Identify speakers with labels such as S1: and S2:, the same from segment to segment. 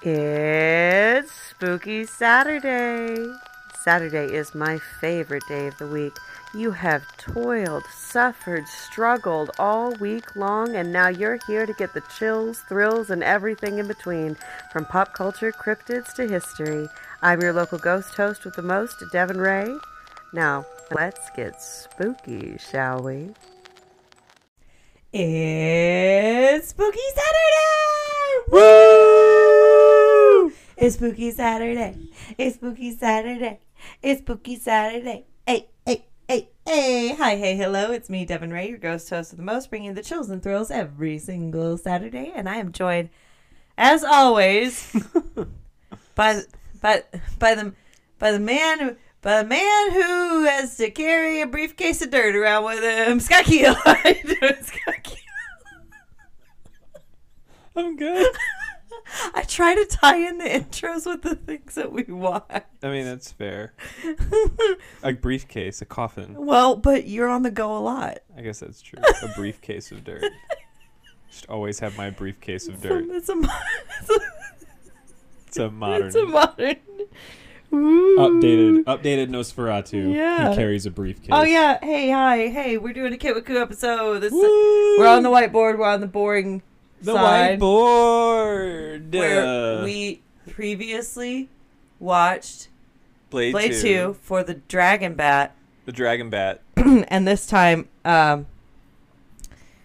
S1: It's Spooky Saturday. Saturday is my favorite day of the week. You have toiled, suffered, struggled all week long, and now you're here to get the chills, thrills, and everything in between from pop culture, cryptids to history. I'm your local ghost host with the most, Devin Ray. Now, let's get spooky, shall we?
S2: It's Spooky Saturday! Woo! It's Spooky Saturday. It's Spooky Saturday. It's Spooky Saturday. Hey, hey, hey, hey. Hi, hey, hello. It's me, Devin Ray, your ghost host of the most, bringing you the chills and thrills every single Saturday. And I am joined, as always, by, by, by, the, by the man who. By the man who has to carry a briefcase of dirt around with him, Scott Keel. How you doing, Scott Keel?
S3: I'm good.
S2: I try to tie in the intros with the things that we watch.
S3: I mean, that's fair. A briefcase, a coffin.
S2: well, but you're on the go a lot.
S3: I guess that's true. A briefcase of dirt. Should always have my briefcase of dirt.
S2: It's a, mo- it's a,
S3: It's a modern,
S2: it's a modern. Ooh.
S3: updated, updated Nosferatu.
S2: Yeah.
S3: Who carries a briefcase?
S2: Oh yeah! Hey, hi, hey! We're doing a Kitwaku episode. This
S3: Woo!
S2: we're on the whiteboard. We're on the boring
S3: the
S2: side
S3: whiteboard.
S2: where
S3: Uh,
S2: we previously watched
S3: Blade,
S2: Play
S3: two,
S2: Two for the Dragon Bat,
S3: the Dragon Bat,
S2: and this time um,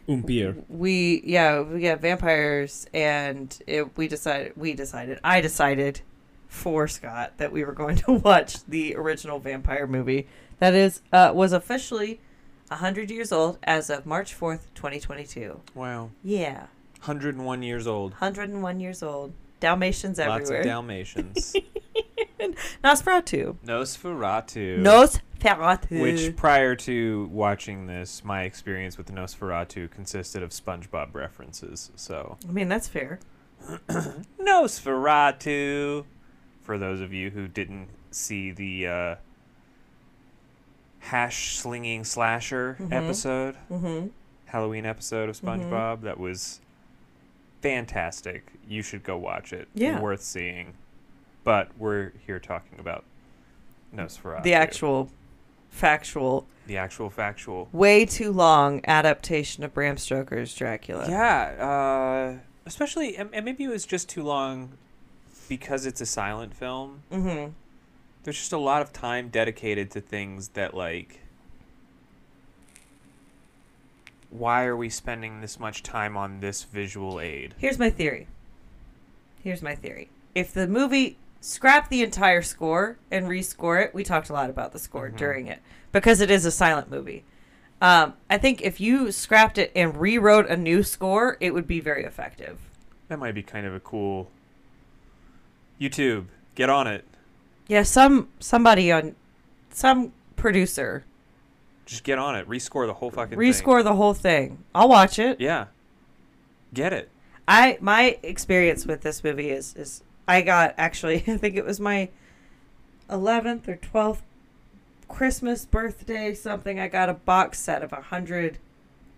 S3: Umpir.
S2: we yeah we got vampires and it, we decided we decided i decided for scott that we were going to watch the original vampire movie that is uh, was officially 100 years old as of march 4th 2022
S3: Wow,
S2: yeah
S3: 101 years old.
S2: 101 years old dalmatians
S3: Lots of
S2: everywhere
S3: Dalmatians.
S2: nosferatu
S3: Nosferatu.
S2: nosferatu
S3: Which, prior to watching this, my experience with Nosferatu consisted of SpongeBob references. So,
S2: i mean that's fair
S3: Nosferatu! For those of you who didn't see the uh, hash slinging slasher episode,
S2: mm-hmm.
S3: Halloween episode of SpongeBob, that was fantastic. You should go watch it.
S2: Yeah.
S3: Worth seeing. But we're here talking about Nosferatu.
S2: the actual factual
S3: The actual factual.
S2: way too long adaptation of bram stoker's dracula
S3: Yeah, uh, especially and, and maybe it was just too long because it's a silent film.
S2: mm-hmm
S3: There's just a lot of time dedicated to things that like why are we spending this much time on this visual aid?
S2: Here's my theory. Here's my theory. If the movie scrapped the entire score and rescore it, we talked a lot about the score during it because it is a silent movie. Um, I think if you scrapped it and rewrote a new score, it would be very effective.
S3: That might be kind of a cool YouTube, get on it.
S2: Yeah, some somebody on some producer
S3: Just get on it. Rescore the whole fucking
S2: rescore the whole thing. I'll watch it.
S3: thing. Yeah. Get it.
S2: I my experience with this movie is is I got actually I think it was my eleventh or twelfth Christmas birthday something. I got a box set of a hundred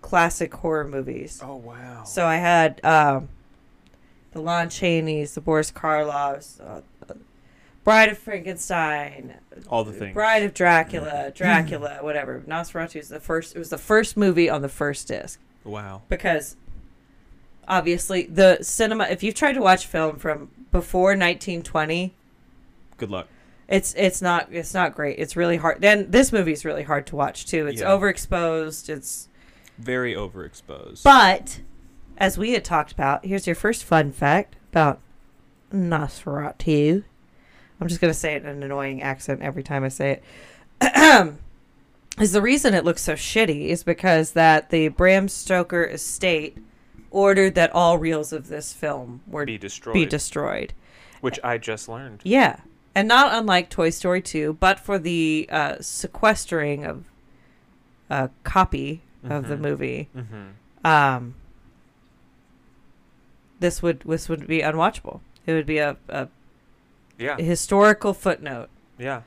S2: classic horror movies.
S3: Oh wow.
S2: So I had um, the Lon Chaney's, the Boris Karloff's, uh, Bride of Frankenstein,
S3: All the things.
S2: Bride of Dracula, Dracula, whatever. Nosferatu is the first. It was the first movie on the first disc
S3: Wow.
S2: because obviously the cinema if you've tried to watch film from before 1920
S3: Good luck.
S2: it's it's not it's not great it's really hard then this movie's really hard to watch too it's
S3: Yeah.
S2: overexposed it's
S3: Very overexposed.
S2: but as we had talked about here's your first fun fact about Nosferatu I'm just gonna say it in an annoying accent every time I say it is the reason it looks so shitty is because that the Bram Stoker estate ordered that all reels of this film were
S3: be destroyed.
S2: be destroyed.
S3: which I just learned.
S2: Yeah. And not unlike Toy Story 2, but for the uh, sequestering of a copy of the
S3: Mhm.
S2: movie,
S3: Mm-hmm.
S2: um, this would this would be unwatchable. It would be a, a
S3: Yeah,
S2: historical footnote.
S3: yeah.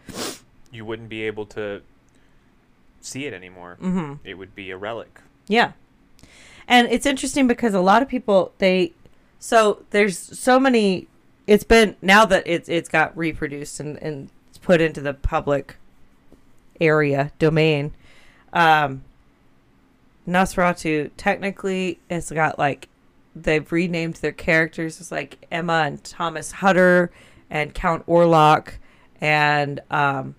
S3: You wouldn't be able to see it anymore.
S2: hmm
S3: It would be a relic.
S2: Yeah. And it's interesting because a lot of people they so there's so many it's been now that it's it's got reproduced and and it's put into the public area domain. Um, Nosferatu technically has got like they've renamed their characters as like Emma and Thomas Hutter and Count Orlok and um,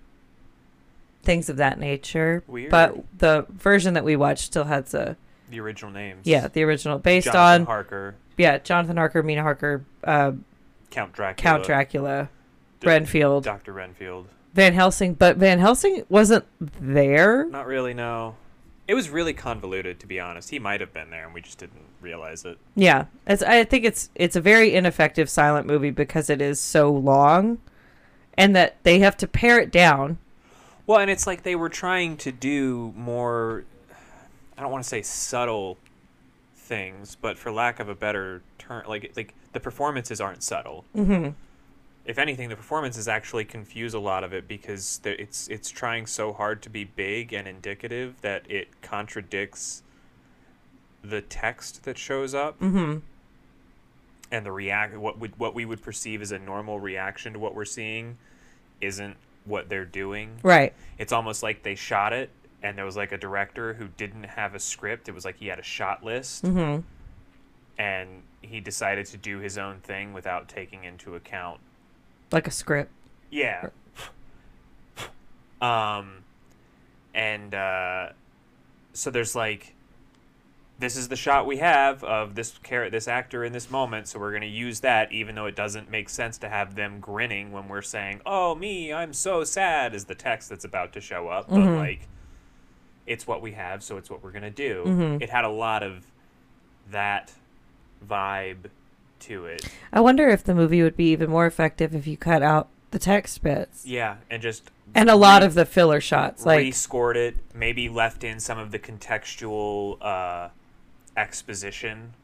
S2: things of that nature.
S3: Weird.
S2: But the version that we watched still has a
S3: the original names.
S2: yeah the original based
S3: Jonathan
S2: on
S3: Harker,
S2: yeah Jonathan Harker, Mina Harker, uh,
S3: Count Dracula,
S2: Count Dracula,
S3: D-
S2: Renfield,
S3: Doctor Renfield.
S2: Van Helsing. But Van Helsing wasn't there.
S3: Not really. No, it was really convoluted. To be honest, he might have been there, and we just didn't realize it.
S2: Yeah, it's, I think it's it's a very ineffective silent movie because it is so long, and that they have to pare it down.
S3: Well, and it's like they were trying to do more I don't want to say subtle things, but for lack of a better term, like like the performances aren't subtle. Mm-hmm. If anything, the performances actually confuse a lot of it because the- it's it's trying so hard to be big and indicative that it contradicts the text that shows up
S2: Mm-hmm.
S3: and the react what would what we would perceive as a normal reaction to what we're seeing isn't what they're doing
S2: Right.
S3: it's almost like they shot it and there was like a director who didn't have a script it was like he had a shot list
S2: Mm-hmm.
S3: and he decided to do his own thing without taking into account
S2: Like a script.
S3: yeah um and uh so there's like this is the shot we have of this car- this actor in this moment so we're going to use that even though it doesn't make sense to have them grinning when we're saying oh me i'm so sad is the text that's about to show up but
S2: Mhm.
S3: like it's what we have so it's what we're going to do
S2: Mhm.
S3: it had a lot of that vibe to it
S2: I wonder if the movie would be even more effective if you cut out the text bits
S3: yeah and just
S2: and a lot
S3: re-
S2: of the filler shots. Like
S3: rescored it, maybe left in some of the contextual uh, exposition,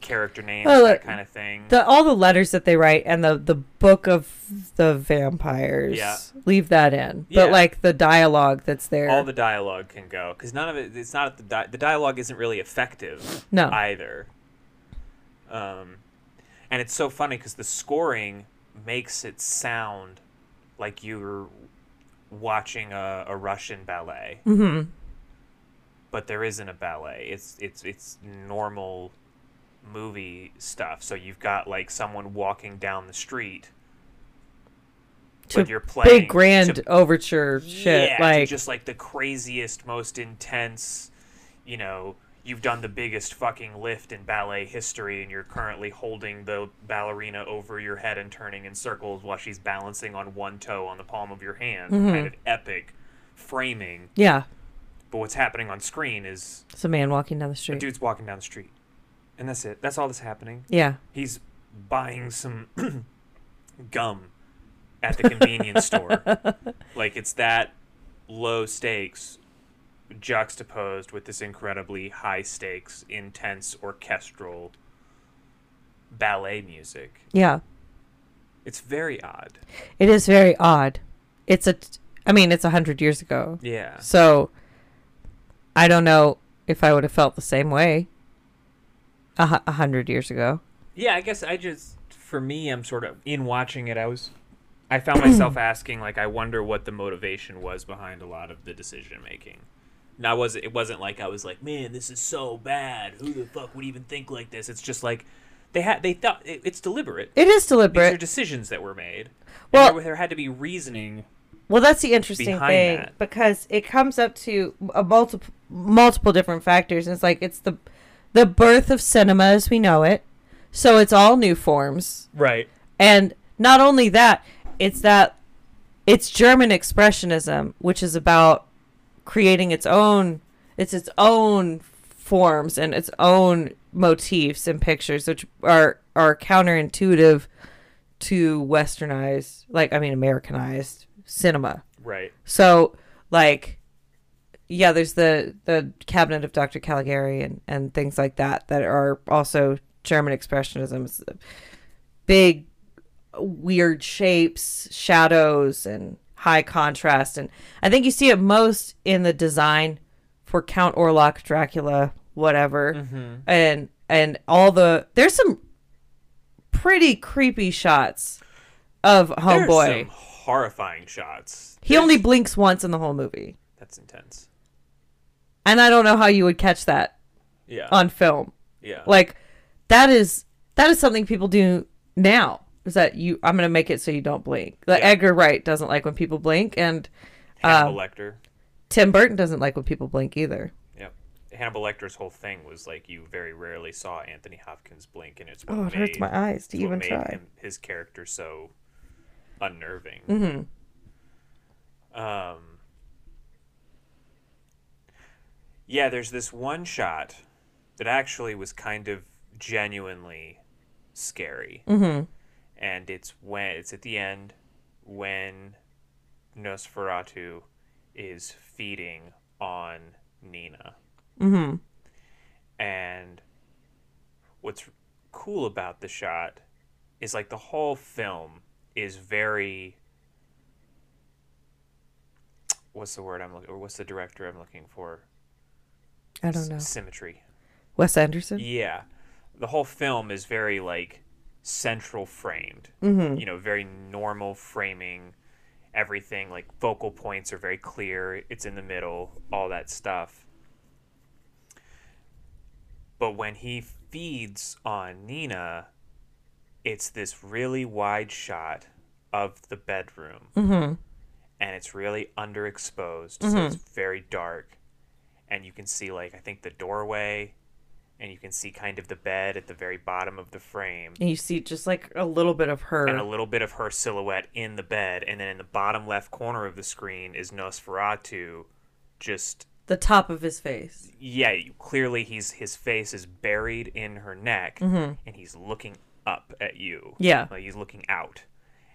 S3: character names,
S2: Oh, uh,
S3: that kind of thing.
S2: the all the letters that they write and the the book of the vampires.
S3: Yeah.
S2: Leave that in,
S3: Yeah.
S2: but like the dialogue that's there.
S3: All the dialogue can go because none of it. It's not the di- the dialogue isn't really effective
S2: no.
S3: either. Um, and it's so funny because the scoring makes it sound like you're watching a, a Russian ballet.
S2: mm-hmm.
S3: but there isn't a ballet. It's it's it's normal movie stuff. So you've got like someone walking down the street,
S2: To
S3: but you're playing
S2: Big grand
S3: to-
S2: overture shit.
S3: yeah, to
S2: like
S3: just like the craziest, most intense. You know, you've done the biggest fucking lift in ballet history, and you're currently holding the ballerina over your head and turning in circles while she's balancing on one toe on the palm of your hand.
S2: Mm-hmm.
S3: Kind of epic framing.
S2: yeah.
S3: But what's happening on screen is
S2: It's a man walking down the
S3: a
S2: street.
S3: dude's walking down the street. And that's it. That's all that's happening.
S2: Yeah.
S3: He's buying some gum at the convenience store. Like it's that low stakes juxtaposed with this incredibly high stakes, intense orchestral ballet music.
S2: Yeah.
S3: It's very odd.
S2: It is very odd. It's a t- I mean, it's a 100 years ago.
S3: Yeah.
S2: So I don't know if I would have felt the same way a hu- a 100 years ago.
S3: Yeah, I guess I just for me I'm sort of in watching it I was I found myself asking like I wonder what the motivation was behind a lot of the decision making. Now was it wasn't like I was like, "Man, this is so bad. Who the fuck would even think like this?" It's just like they had they thought it, it's deliberate.
S2: It is
S3: These are
S2: deliberate.
S3: decisions that were made. And
S2: Well-
S3: there, there had to be reasoning.
S2: Well, that's the interesting
S3: behind
S2: thing
S3: that.
S2: because it comes up to a multiple multiple different factors. It's like it's the the birth of cinema as we know it. So it's all new forms.
S3: Right.
S2: And not only that, it's that it's German expressionism, which is about creating its own it's its own forms and its own motifs and pictures which are are counterintuitive to westernized like I mean Americanized cinema.
S3: Right.
S2: So like yeah, there's the the cabinet of Dr. Caligari and and things like that that are also German expressionism. It's big weird shapes, shadows and high contrast and I think you see it most in the design for Count Orlok,
S3: Mm-hmm.
S2: Dracula, whatever. And and all the there's some pretty creepy shots of
S3: There's
S2: homeboy.
S3: some horrifying shots.
S2: He only blinks once in the whole movie,
S3: That's intense.
S2: and I don't know how you would catch that
S3: Yeah.
S2: on film.
S3: yeah.
S2: Like that is that is something people do now. Is that you? I'm gonna make it so you don't blink. Like
S3: Yeah.
S2: Edgar Wright doesn't like when people blink, and
S3: Hannibal
S2: um,
S3: Lecter.
S2: Tim Burton doesn't like when people blink either.
S3: Yep. Hannibal Lecter's whole thing was like you very rarely saw Anthony Hopkins blink, and it's what
S2: Oh, it
S3: made,
S2: hurts my eyes to
S3: it's what
S2: even
S3: made
S2: try.
S3: Him, his character so unnerving.
S2: Mm-hmm.
S3: Um. Yeah, there's this one shot that actually was kind of genuinely scary, mm-hmm. and it's when it's at the end when Nosferatu is feeding on Nina. Mm-hmm. And what's cool about the shot is like the whole film is very what's the word I'm looking or what's the director I'm looking for?
S2: I don't know.
S3: Symmetry.
S2: Wes Anderson.
S3: Yeah. The whole film is very like central framed. You know, very normal framing. Everything like focal points are very clear. It's in the middle, all that stuff. But when he feeds on Nina, it's this really wide shot of the bedroom. And it's really underexposed, so it's very dark. And you can see like I think the doorway and you can see kind of the bed at the very bottom of the frame
S2: And you see just like a little bit of her.
S3: and a little bit of her silhouette in the bed and then in the bottom left corner of the screen is Nosferatu just
S2: the top of his face.
S3: yeah you- clearly he's his face is buried in her neck and he's looking up at you
S2: Yeah.
S3: like he's looking out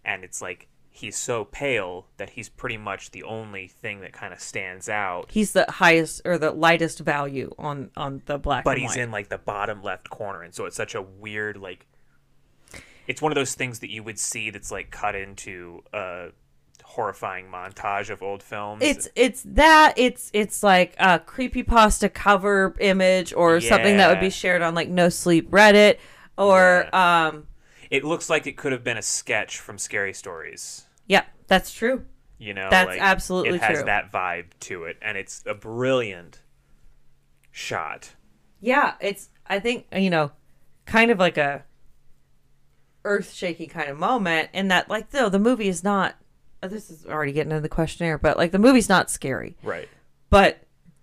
S3: and it's like he's so pale that he's pretty much the only thing that kind of stands out
S2: He's the highest or the lightest value on on the black.
S3: but
S2: and
S3: he's
S2: white.
S3: in like the bottom left corner and so it's such a weird like it's one of those things that you would see that's like cut into a horrifying montage of old films
S2: It's it's that it's it's like a creepy pasta cover image or something that would be
S3: Yeah.
S2: shared on like No Sleep Reddit or um
S3: it looks like it could have been a sketch from scary stories
S2: yeah that's true
S3: you know
S2: That's
S3: like,
S2: absolutely
S3: it has
S2: true.
S3: that vibe to it and it's a brilliant shot
S2: yeah it's I think you know kind of like a earth shaking kind of moment in that like though the movie is not oh, this is already getting into the questionnaire but like the movie's not scary
S3: right
S2: but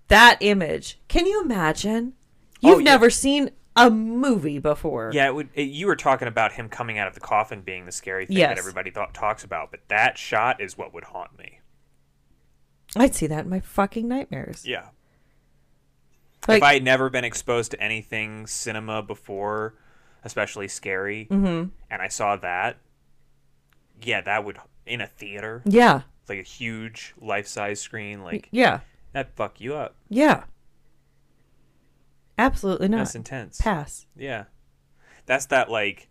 S2: that image can you imagine you've
S3: Oh, yeah.
S2: never seen a movie before
S3: yeah it would it, you were talking about him coming out of the coffin being the scary thing
S2: Yes.
S3: that everybody thought talks about but that shot is what would haunt me
S2: I'd see that in my fucking nightmares
S3: yeah
S2: Like-
S3: if I had never been exposed to anything cinema before, especially scary,
S2: Mm-hmm.
S3: and I saw that, yeah, that would in a theater,
S2: yeah
S3: like a huge life size screen, like
S2: Yeah.
S3: that fuck you up.
S2: Yeah. Absolutely not.
S3: That's intense.
S2: Pass.
S3: Yeah, that's that like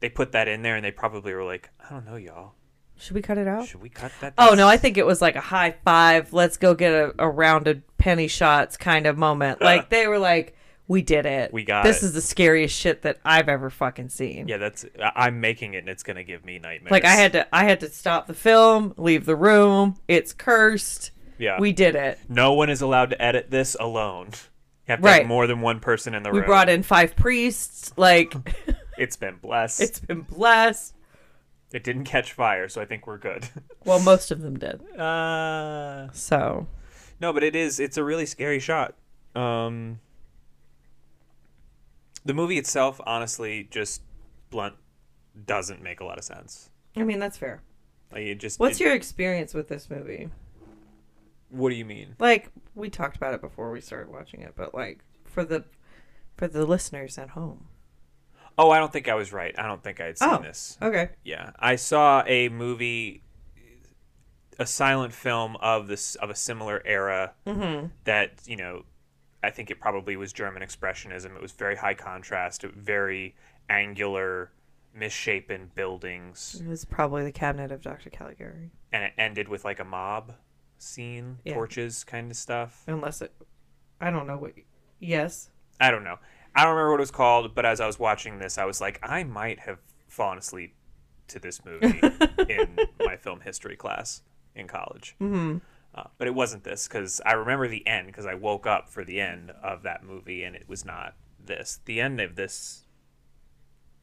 S3: they put that in there and they probably were like, I don't know, y'all,
S2: Should we cut it out?
S3: should we cut that?
S2: Oh no, I
S3: That's-
S2: think it was like a high five, let's go get a, a rounded penny shots kind of moment. Like they were like, We did it.
S3: We got
S2: this
S3: it."
S2: is the scariest shit that I've ever fucking seen.
S3: yeah, that's I- I'm making it and it's gonna give me nightmares.
S2: Like I had to I had to stop the film, leave the room, it's cursed.
S3: yeah,
S2: We did it.
S3: no one is allowed to edit this alone. You have to
S2: Right.
S3: have more than one person in the
S2: We
S3: room.
S2: brought in five priests, like
S3: It's been blessed.
S2: it's been blessed.
S3: It didn't catch fire, so I think we're good.
S2: Well, most of them did.
S3: uh,
S2: So
S3: no, but it is. It's a really scary shot. Um, the movie itself, honestly, just blunt, doesn't make a lot of sense.
S2: I mean that's fair.
S3: Like it just.
S2: What's
S3: it-
S2: your experience with this movie?
S3: What do you mean?
S2: like we talked about it before we started watching it but like for the for the listeners at home
S3: Oh, I don't think I was right. I don't think I had seen
S2: Oh.
S3: this.
S2: okay
S3: Yeah, I saw a movie, a silent film of this of a similar era that you know, I think it probably was German expressionism. It was very high contrast, very angular, misshapen buildings,
S2: it was probably the cabinet of dr caligari
S3: and it ended with like a mob scene,
S2: Yeah.
S3: torches kind of stuff.
S2: unless it i don't know what yes
S3: I don't know. I don't remember what it was called, but as I was watching this, I was like, I might have fallen asleep to this movie in my film history class in college. Mm-hmm. Uh, but it wasn't this because I remember the end because I woke up for the end of that movie and it was not this. The end of this,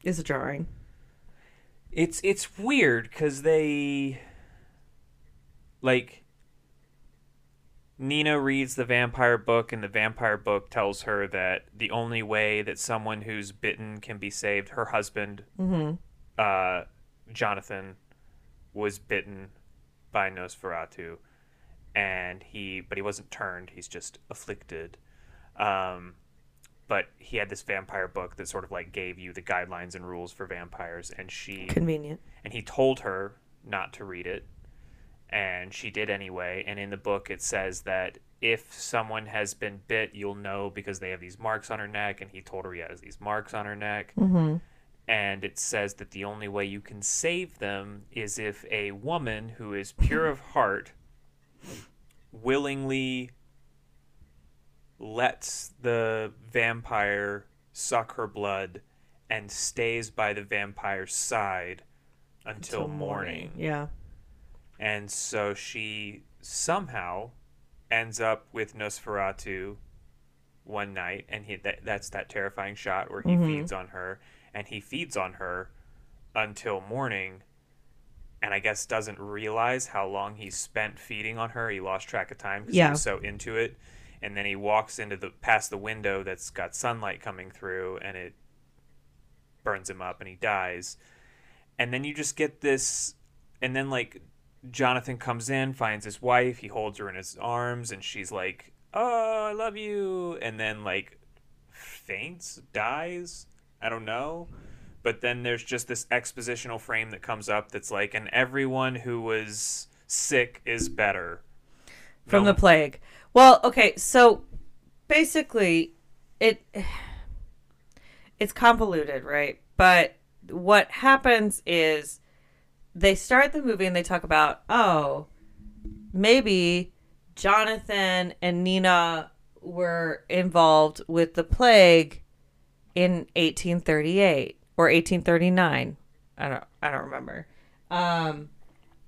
S2: It's a drawing.
S3: it's it's weird because they like Nina reads the vampire book and the vampire book tells her that the only way that someone who's bitten can be saved, her husband, uh, Jonathan, was bitten by Nosferatu, and he but he wasn't turned. He's just afflicted. Um, but he had this vampire book that sort of like gave you the guidelines and rules for vampires, and she
S2: Convenient.
S3: and he told her not to read it and she did anyway and in the book it says that if someone has been bit you'll know because they have these marks on her neck and he told her he has these marks on her neck and it says that the only way you can save them is if a woman who is pure of heart willingly lets the vampire suck her blood and stays by the vampire's side until, morning.
S2: Yeah.
S3: And so she somehow ends up with Nosferatu one night, and he that, that's that terrifying shot where he feeds on her, and he feeds on her until morning, and I guess doesn't realize how long he spent feeding on her. He lost track of time because
S2: Yeah.
S3: he was so into it, and then he walks into the past the window that's got sunlight coming through, and it burns him up, and he dies. And then you just get this, and then like Jonathan comes in, finds his wife, he holds her in his arms, and she's like, "Oh, I love you," and then like faints, dies. I don't know. But then there's just this expositional frame that comes up that's like, and everyone who was sick is better.
S2: From
S3: No-
S2: the plague. Well, okay, so basically it it's convoluted, right? But what happens is they start the movie and they talk about, oh, maybe Jonathan and Nina were involved with the plague in 1838 or 1839. I don't I don't remember. Um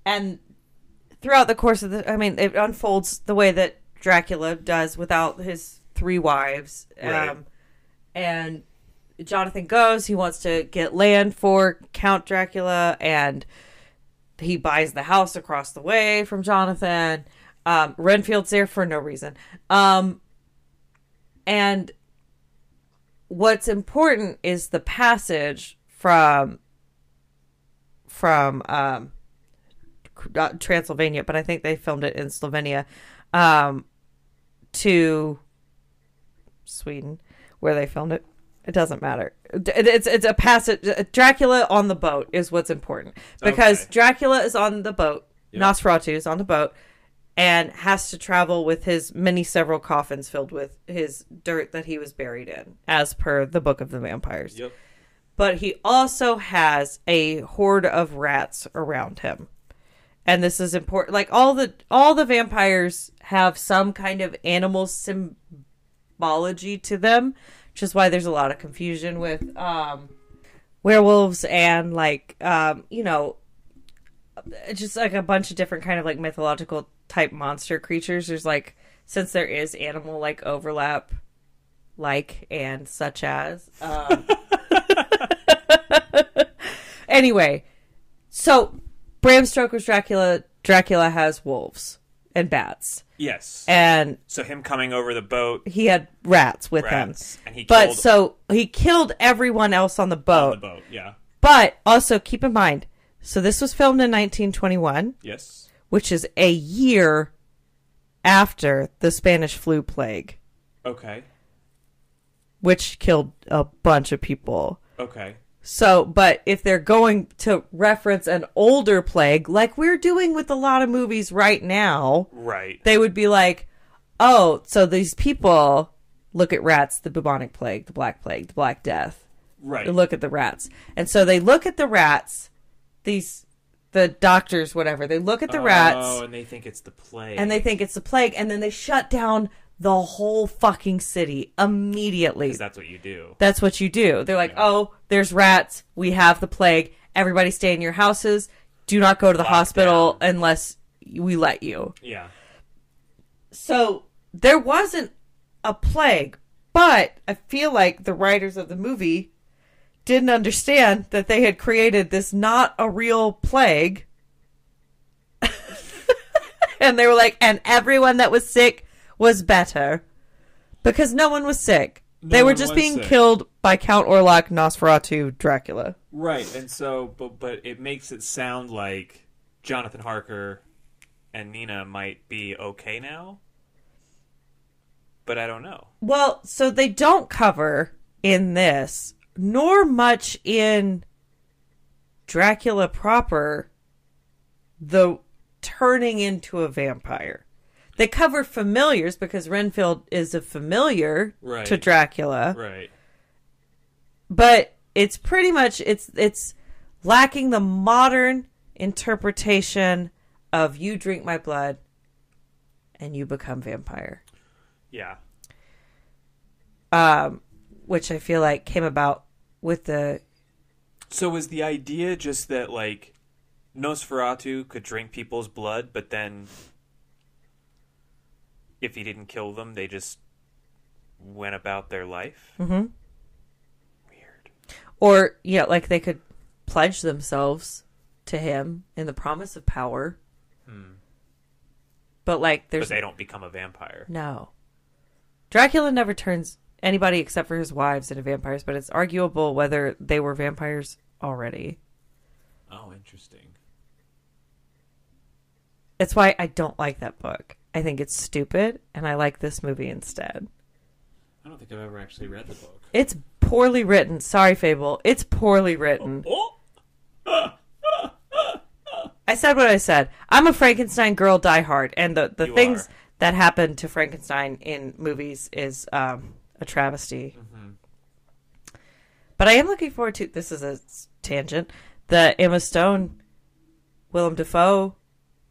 S2: and throughout the course of the I mean it unfolds the way that Dracula does without his three wives.
S3: Right.
S2: Um and Jonathan goes, he wants to get land for Count Dracula and he buys the house across the way from Jonathan. Um, Renfield's there for no reason. Um, and what's important is the passage from from um, not Transylvania, but I think they filmed it in Slovenia um, to Sweden, where they filmed it. It doesn't matter. It- It's it's a passage. uh, Dracula on the boat is what's important because
S3: Okay.
S2: Dracula is on the boat. Nosferatu is on the boat and has to travel with his many several coffins filled with his dirt that he was buried in, as per the Book of the Vampires.
S3: Yep.
S2: But he also has a horde of rats around him. And this is important. Like all the all the vampires have some kind of animal symbology to them, which is why there's a lot of confusion with um, werewolves and like um, you know just like a bunch of different kind of like mythological type monster creatures. There's like since there is animal like overlap, like and such as. Um, anyway, so Bram Stoker's Dracula. Dracula has wolves and bats,
S3: Yes.
S2: and
S3: so him coming over the boat,
S2: he had rats with
S3: rats,
S2: him.
S3: and he
S2: But
S3: killed
S2: so he killed everyone else on the boat.
S3: on the boat. Yeah.
S2: But also keep in mind, so this was filmed in 1921.
S3: Yes.
S2: which is a year after the Spanish flu plague,
S3: Okay.
S2: which killed a bunch of people.
S3: Okay.
S2: So, but if they're going to reference an older plague, like we're doing with a lot of movies right now,
S3: Right.
S2: they would be like, oh, so these people look at rats, the bubonic plague, the black plague, the black death.
S3: Right.
S2: They look at the rats. And so they look at the rats, these, the doctors, whatever, they look at the rats.
S3: Oh, and they think it's the play.
S2: and they think it's the plague and then they shut down the whole fucking city immediately.
S3: 'Cause that's what you do.
S2: That's what you do. They're like, oh, there's rats. We have the plague. Everybody stay in your houses. Do not go to the hospital unless we let you.
S3: Yeah.
S2: So there wasn't a plague, but I feel like the writers of the movie didn't understand that they had created this not a real plague. and they were like, and everyone that was sick was better because no one was sick. they
S3: No
S2: were
S3: one
S2: just
S3: was
S2: being
S3: sick.
S2: killed by Count Orlok, Nosferatu, Dracula.
S3: Right, and so, but but it makes it sound like Jonathan Harker and Nina might be okay now, but I don't know.
S2: Well, so they don't cover in this, nor much in Dracula proper, the turning into a vampire. They cover familiars because Renfield is a familiar
S3: Right.
S2: to Dracula,
S3: Right,
S2: but it's pretty much it's it's lacking the modern interpretation of you drink my blood and you become vampire.
S3: yeah,
S2: um, which I feel like came about with the
S3: So is the idea just that like Nosferatu could drink people's blood, but then if he didn't kill them, they just went about their life? Mm-hmm. Weird.
S2: or yeah, like they could pledge themselves to him in the promise of power. But like,
S3: Hmm. But
S2: there's
S3: they don't become a vampire.
S2: no Dracula never turns anybody except for his wives into vampires, but it's arguable whether they were vampires already.
S3: Oh, interesting.
S2: That's why I don't like that book. I think it's stupid, and I like this movie instead.
S3: I don't think I've ever actually read the book.
S2: It's poorly written. Sorry, Fable. It's poorly written.
S3: Oh,
S2: I said what I said. I'm a Frankenstein girl, die hard, and the the
S3: You
S2: things
S3: are.
S2: that happen to Frankenstein in movies is um, a travesty.
S3: Mm-hmm.
S2: But I am looking forward to this is a s- tangent. The Emma Stone, Willem Dafoe,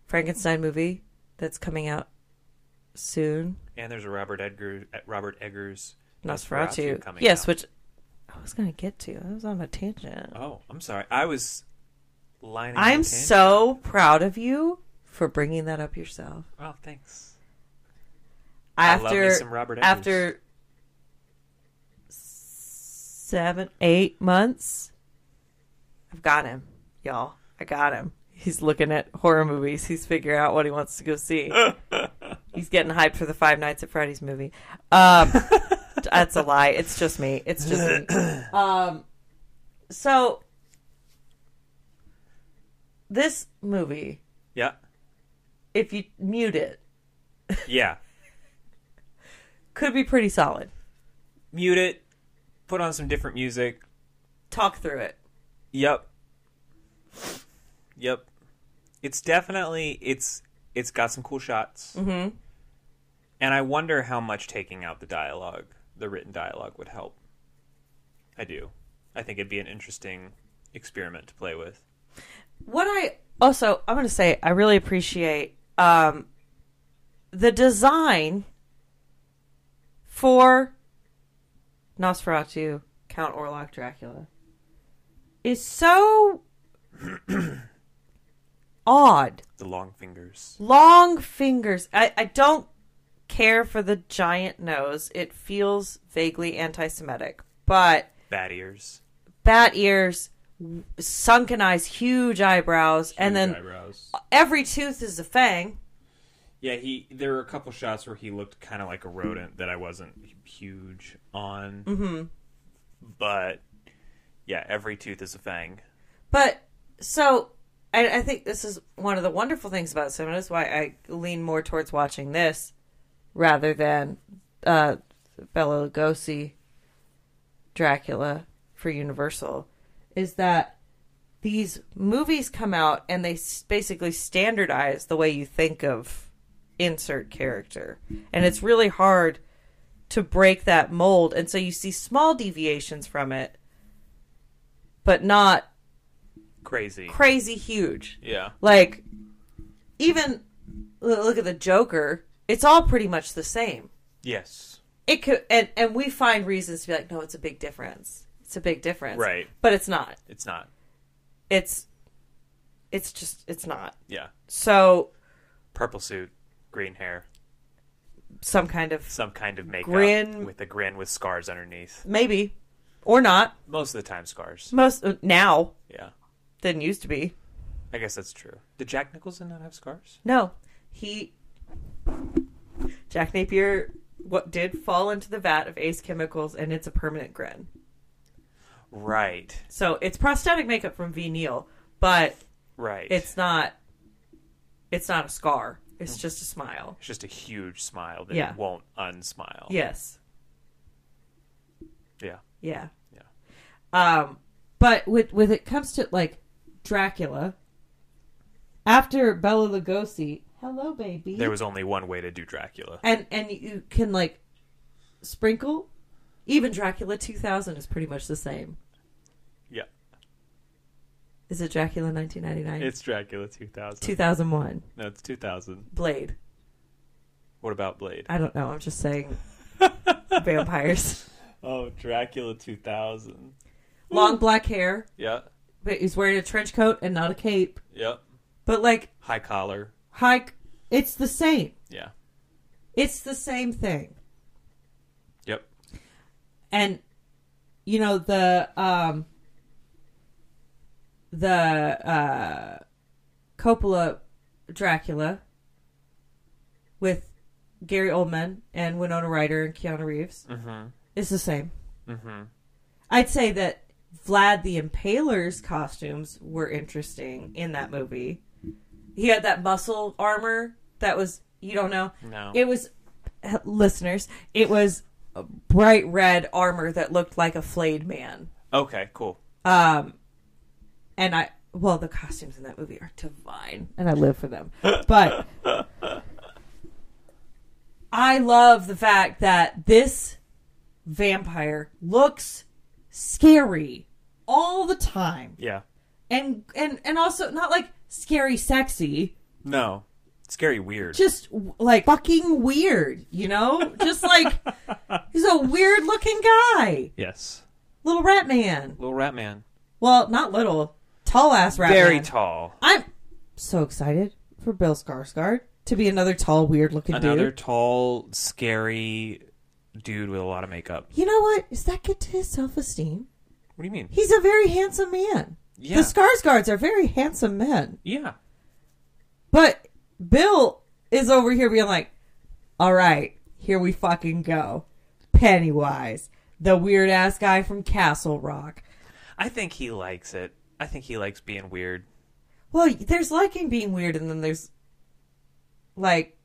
S2: Frankenstein movie that's coming out soon.
S3: and there's a Robert Edgar, Robert Eggers
S2: Nosferatu.
S3: coming.
S2: yes,
S3: out.
S2: which I was gonna get to. I was on a tangent.
S3: Oh, I'm sorry. I was lining. my
S2: I'm
S3: tangent.
S2: so proud of you for bringing that up yourself.
S3: Oh, thanks. I
S2: after
S3: love me some Robert Eggers.
S2: after seven eight months i've got him y'all i got him he's looking at horror movies he's figuring out what he wants to go see he's getting hyped for the five nights at freddy's movie um that's a lie it's just me it's just me um so this movie
S3: Yeah.
S2: if you mute it
S3: Yeah.
S2: could be pretty solid
S3: mute it, put on some different music.
S2: talk through it
S3: Yep. Yep. It's definitely it's it's got some cool shots. Mm-hmm. And I wonder how much taking out the dialogue, the written dialogue, would help. I do. I think it'd be an interesting experiment to play with.
S2: what I also I'm going to say I really appreciate um, the design for Nosferatu, Count Orlok, Dracula is so odd.
S3: The long fingers.
S2: Long fingers. I, I don't care for the giant nose. It feels vaguely anti-Semitic, but
S3: Bad ears.
S2: bat ears, sunken eyes, huge eyebrows, and then
S3: eyebrows.
S2: every tooth is a fang.
S3: Yeah, he. There were a couple shots where he looked kind of like a rodent that I wasn't huge on. Mm-hmm. But yeah, every tooth is a fang.
S2: But so I, I think this is one of the wonderful things about cinema. Is why I lean more towards watching this rather than uh, Bela Lugosi Dracula for Universal. Is that these movies come out and they s- basically standardize the way you think of insert character, and it's really hard to break that mold. And so you see small deviations from it, but not
S3: Crazy.
S2: crazy huge.
S3: yeah.
S2: Like, even l- look at the Joker. It's all pretty much the same.
S3: Yes.
S2: It could, and and we find reasons to be like, no, it's a big difference. It's a big difference,
S3: Right.
S2: But it's not.
S3: It's not.
S2: It's, it's just, it's not.
S3: Yeah.
S2: So
S3: Purple suit, green hair,
S2: some kind of
S3: some kind of makeup
S2: Grin.
S3: with a grin with scars underneath.
S2: maybe, or not.
S3: Most of the time, scars.
S2: Most uh, now
S3: Yeah.
S2: than used to be.
S3: I guess that's true. Did Jack Nicholson not have scars?
S2: No, he Jack Napier what did fall into the vat of Ace Chemicals, and it's a permanent grin.
S3: Right.
S2: So it's prosthetic makeup from V Neal, but
S3: Right.
S2: it's not. It's not a scar.
S3: Mm.
S2: It's just a smile.
S3: It's just a huge smile that
S2: Yeah.
S3: you won't unsmile.
S2: Yes.
S3: Yeah.
S2: Yeah.
S3: Yeah.
S2: Um, but with with it comes to like Dracula, after Bella Lugosi, hello baby,
S3: There was only one way to do Dracula.
S2: and and you can like sprinkle. Even Dracula 2000 is pretty much the same.
S3: Yeah.
S2: Is it Dracula 1999?
S3: It's Dracula 2000.
S2: 2001.
S3: no, it's 2000.
S2: Blade.
S3: What about Blade?
S2: I don't know. I'm just saying vampires.
S3: Oh, Dracula 2000.
S2: Long black hair,
S3: Yeah.
S2: but he's wearing a trench coat and not a cape.
S3: Yep.
S2: But like
S3: High collar.
S2: high it's the same.
S3: Yeah.
S2: It's the same thing.
S3: Yep.
S2: and you know the um the uh Coppola Dracula with Gary Oldman and Winona Ryder and Keanu Reeves is the same.
S3: Mm-hmm.
S2: I'd say that Vlad the Impaler's costumes were interesting in that movie. He had that muscle armor that was you don't know
S3: No.
S2: it was, listeners, it was a bright red armor that looked like a flayed man.
S3: okay, cool.
S2: Um, and I, well, the costumes in that movie are divine, and I live for them. But I love the fact that this vampire looks scary all the time,
S3: Yeah.
S2: and and and also not like scary sexy
S3: No. Scary weird.
S2: just w- like fucking weird, you know? Just like he's a weird looking guy,
S3: yes.
S2: little rat man.
S3: Little rat man.
S2: Well, not little, tall ass rat
S3: Very
S2: man.
S3: tall.
S2: I'm so excited for Bill Skarsgård to be another tall, weird looking
S3: Another
S2: dude.
S3: tall, scary dude with a lot of makeup.
S2: You know what? Does that get to his self esteem?
S3: What do you mean?
S2: He's a very handsome man.
S3: Yeah.
S2: The Skarsgårds are very handsome men,
S3: Yeah.
S2: but Bill is over here being like, "All right, here we fucking go." Pennywise, the weird ass guy from Castle Rock.
S3: I think he likes it. I think he likes being weird.
S2: Well, there's liking being weird, and then there's like,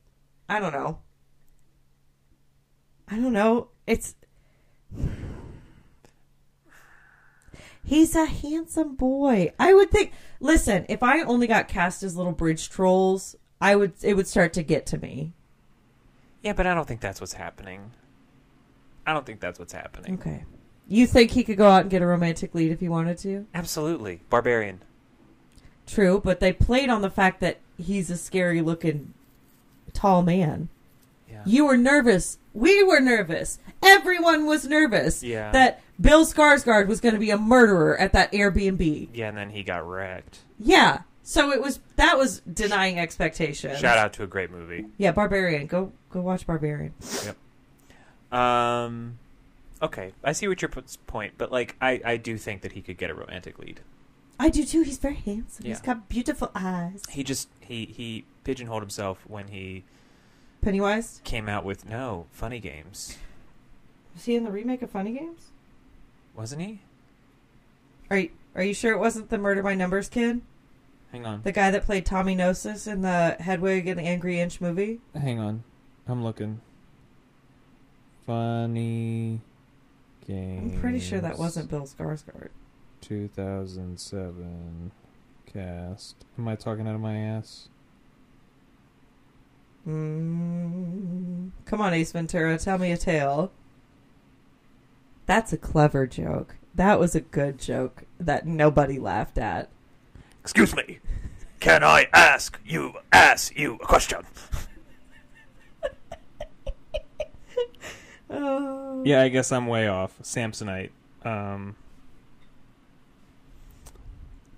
S2: I don't know. I don't know. It's. He's a handsome boy. I would think. Listen, if I only got cast as little bridge trolls, I would. It would start to get to me.
S3: Yeah, but I don't think that's what's happening. I don't think that's what's happening.
S2: Okay. You think he could go out and get a romantic lead if he wanted to?
S3: Absolutely. Barbarian.
S2: True, but they played on the fact that he's a scary looking tall man.
S3: Yeah.
S2: You were nervous. We were nervous. Everyone was nervous
S3: Yeah.
S2: that Bill Skarsgård was going to be a murderer at that Airbnb.
S3: yeah, and then he got wrecked.
S2: Yeah. So it was that was denying expectation.
S3: Shout out to a great movie.
S2: Yeah, Barbarian. Go go watch Barbarian.
S3: Um, okay, I see what your p- point, but like, I I do think that he could get a romantic lead.
S2: I do too. He's very handsome. He's
S3: Yeah.
S2: got beautiful eyes.
S3: He just he he pigeonholed himself when he
S2: Pennywise.
S3: came out with no funny games,
S2: Was he in the remake of Funny Games?
S3: wasn't he?
S2: Are you, are you sure it wasn't the Murder by Numbers kid?
S3: Hang on,
S2: The guy that played Tommy Gnosis in the Hedwig and the Angry Inch movie?
S3: hang on, I'm looking. Funny games.
S2: I'm pretty sure that wasn't Bill Skarsgård.
S4: 2007 cast. Am I talking out of my ass?
S2: Mm. Come on, Ace Ventura, tell me a tale. That's a clever joke. That was a good joke that nobody laughed at.
S3: Excuse me, can I ask you ask you a question?
S2: Oh.
S4: Yeah, I guess I'm way off. Samsonite. Um.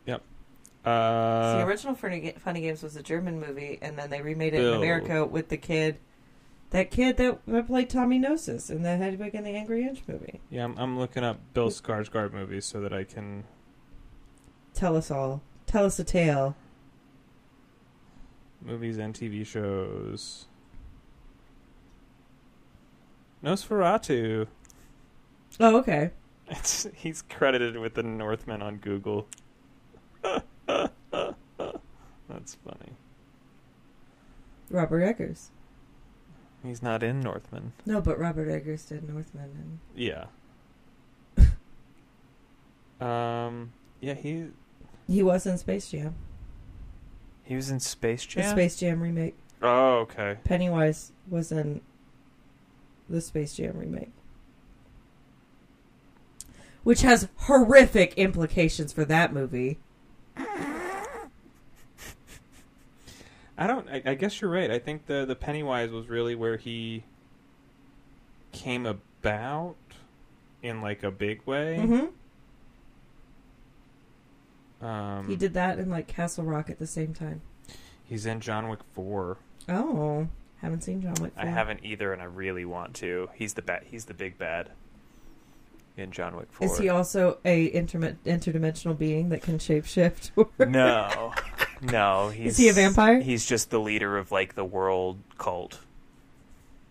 S4: Yep. Uh,
S2: the original Funny, Ga- Funny Games was a German movie, and then they remade it in
S4: Bill.
S2: America with the kid, that kid that, that played Tommy Gnosis in the Hedwig and the Angry Inch movie.
S4: yeah, I'm, I'm looking up Bill Skarsgård movies so that I can.
S2: Tell us all. Tell us a tale.
S4: Movies and TV shows. Nosferatu.
S2: Oh, okay.
S4: It's, he's credited with the Northman on Google. That's funny.
S2: Robert Eggers.
S4: He's not in Northman.
S2: No, but Robert Eggers did Northman. And...
S4: Yeah. um. Yeah, he
S2: He was in Space Jam.
S4: he was in Space
S2: The
S4: Jam.
S2: Space Jam remake.
S4: oh, okay.
S2: Pennywise was in the Space Jam remake. Which has horrific implications for that movie.
S4: I don't. I, I guess you're right. I think the the Pennywise was really where he came about in like a big way.
S2: hmm
S4: Um,
S2: Mm-hmm. He did that in like Castle Rock at the same time.
S4: He's in John Wick Four.
S2: Oh, haven't seen John Wick.
S3: I
S2: four.
S3: haven't either, and I really want to. He's the bat. He's the big bad in John Wick Four.
S2: Is he also a intermi- interdimensional being that can shapeshift? Or-
S3: no, no. He's,
S2: Is he a vampire?
S3: He's just the leader of like the world cult,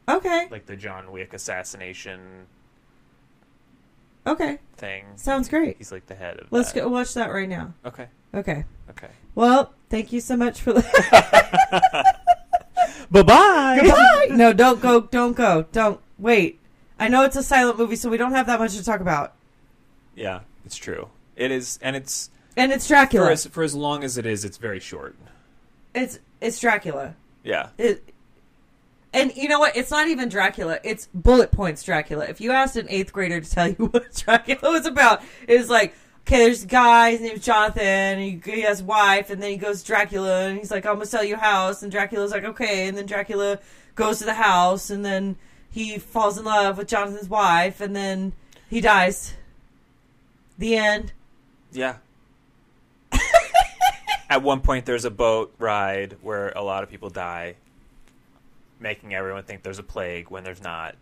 S2: okay,
S3: like the John Wick assassination
S2: okay,
S3: thing.
S2: sounds great.
S3: He's like the head of.
S2: Let's
S3: that.
S2: go watch that right now.
S3: Okay.
S2: Okay.
S3: Uh, Okay.
S2: Well, thank you so much for. the
S4: Bye bye.
S2: Goodbye. no, don't go. Don't go. Don't wait. I know it's a silent movie, so we don't have that much to talk about.
S3: Yeah, it's true. It is, and it's
S2: And it's Dracula.
S3: for as for as long as it is, it's very short.
S2: It's it's Dracula.
S3: Yeah.
S2: It, and you know what? It's not even Dracula. It's bullet points Dracula. If you asked an eighth grader to tell you what Dracula was about, it was like, okay, there's a guy, his name's Jonathan, and he, he has a wife, and then he goes to Dracula, and he's like, I'm gonna sell you a house, and Dracula's like, okay, and then Dracula goes to the house, and then he falls in love with Jonathan's wife, and then he dies. The end.
S3: Yeah. At one point, there's a boat ride where a lot of people die, making everyone think there's a plague when there's not.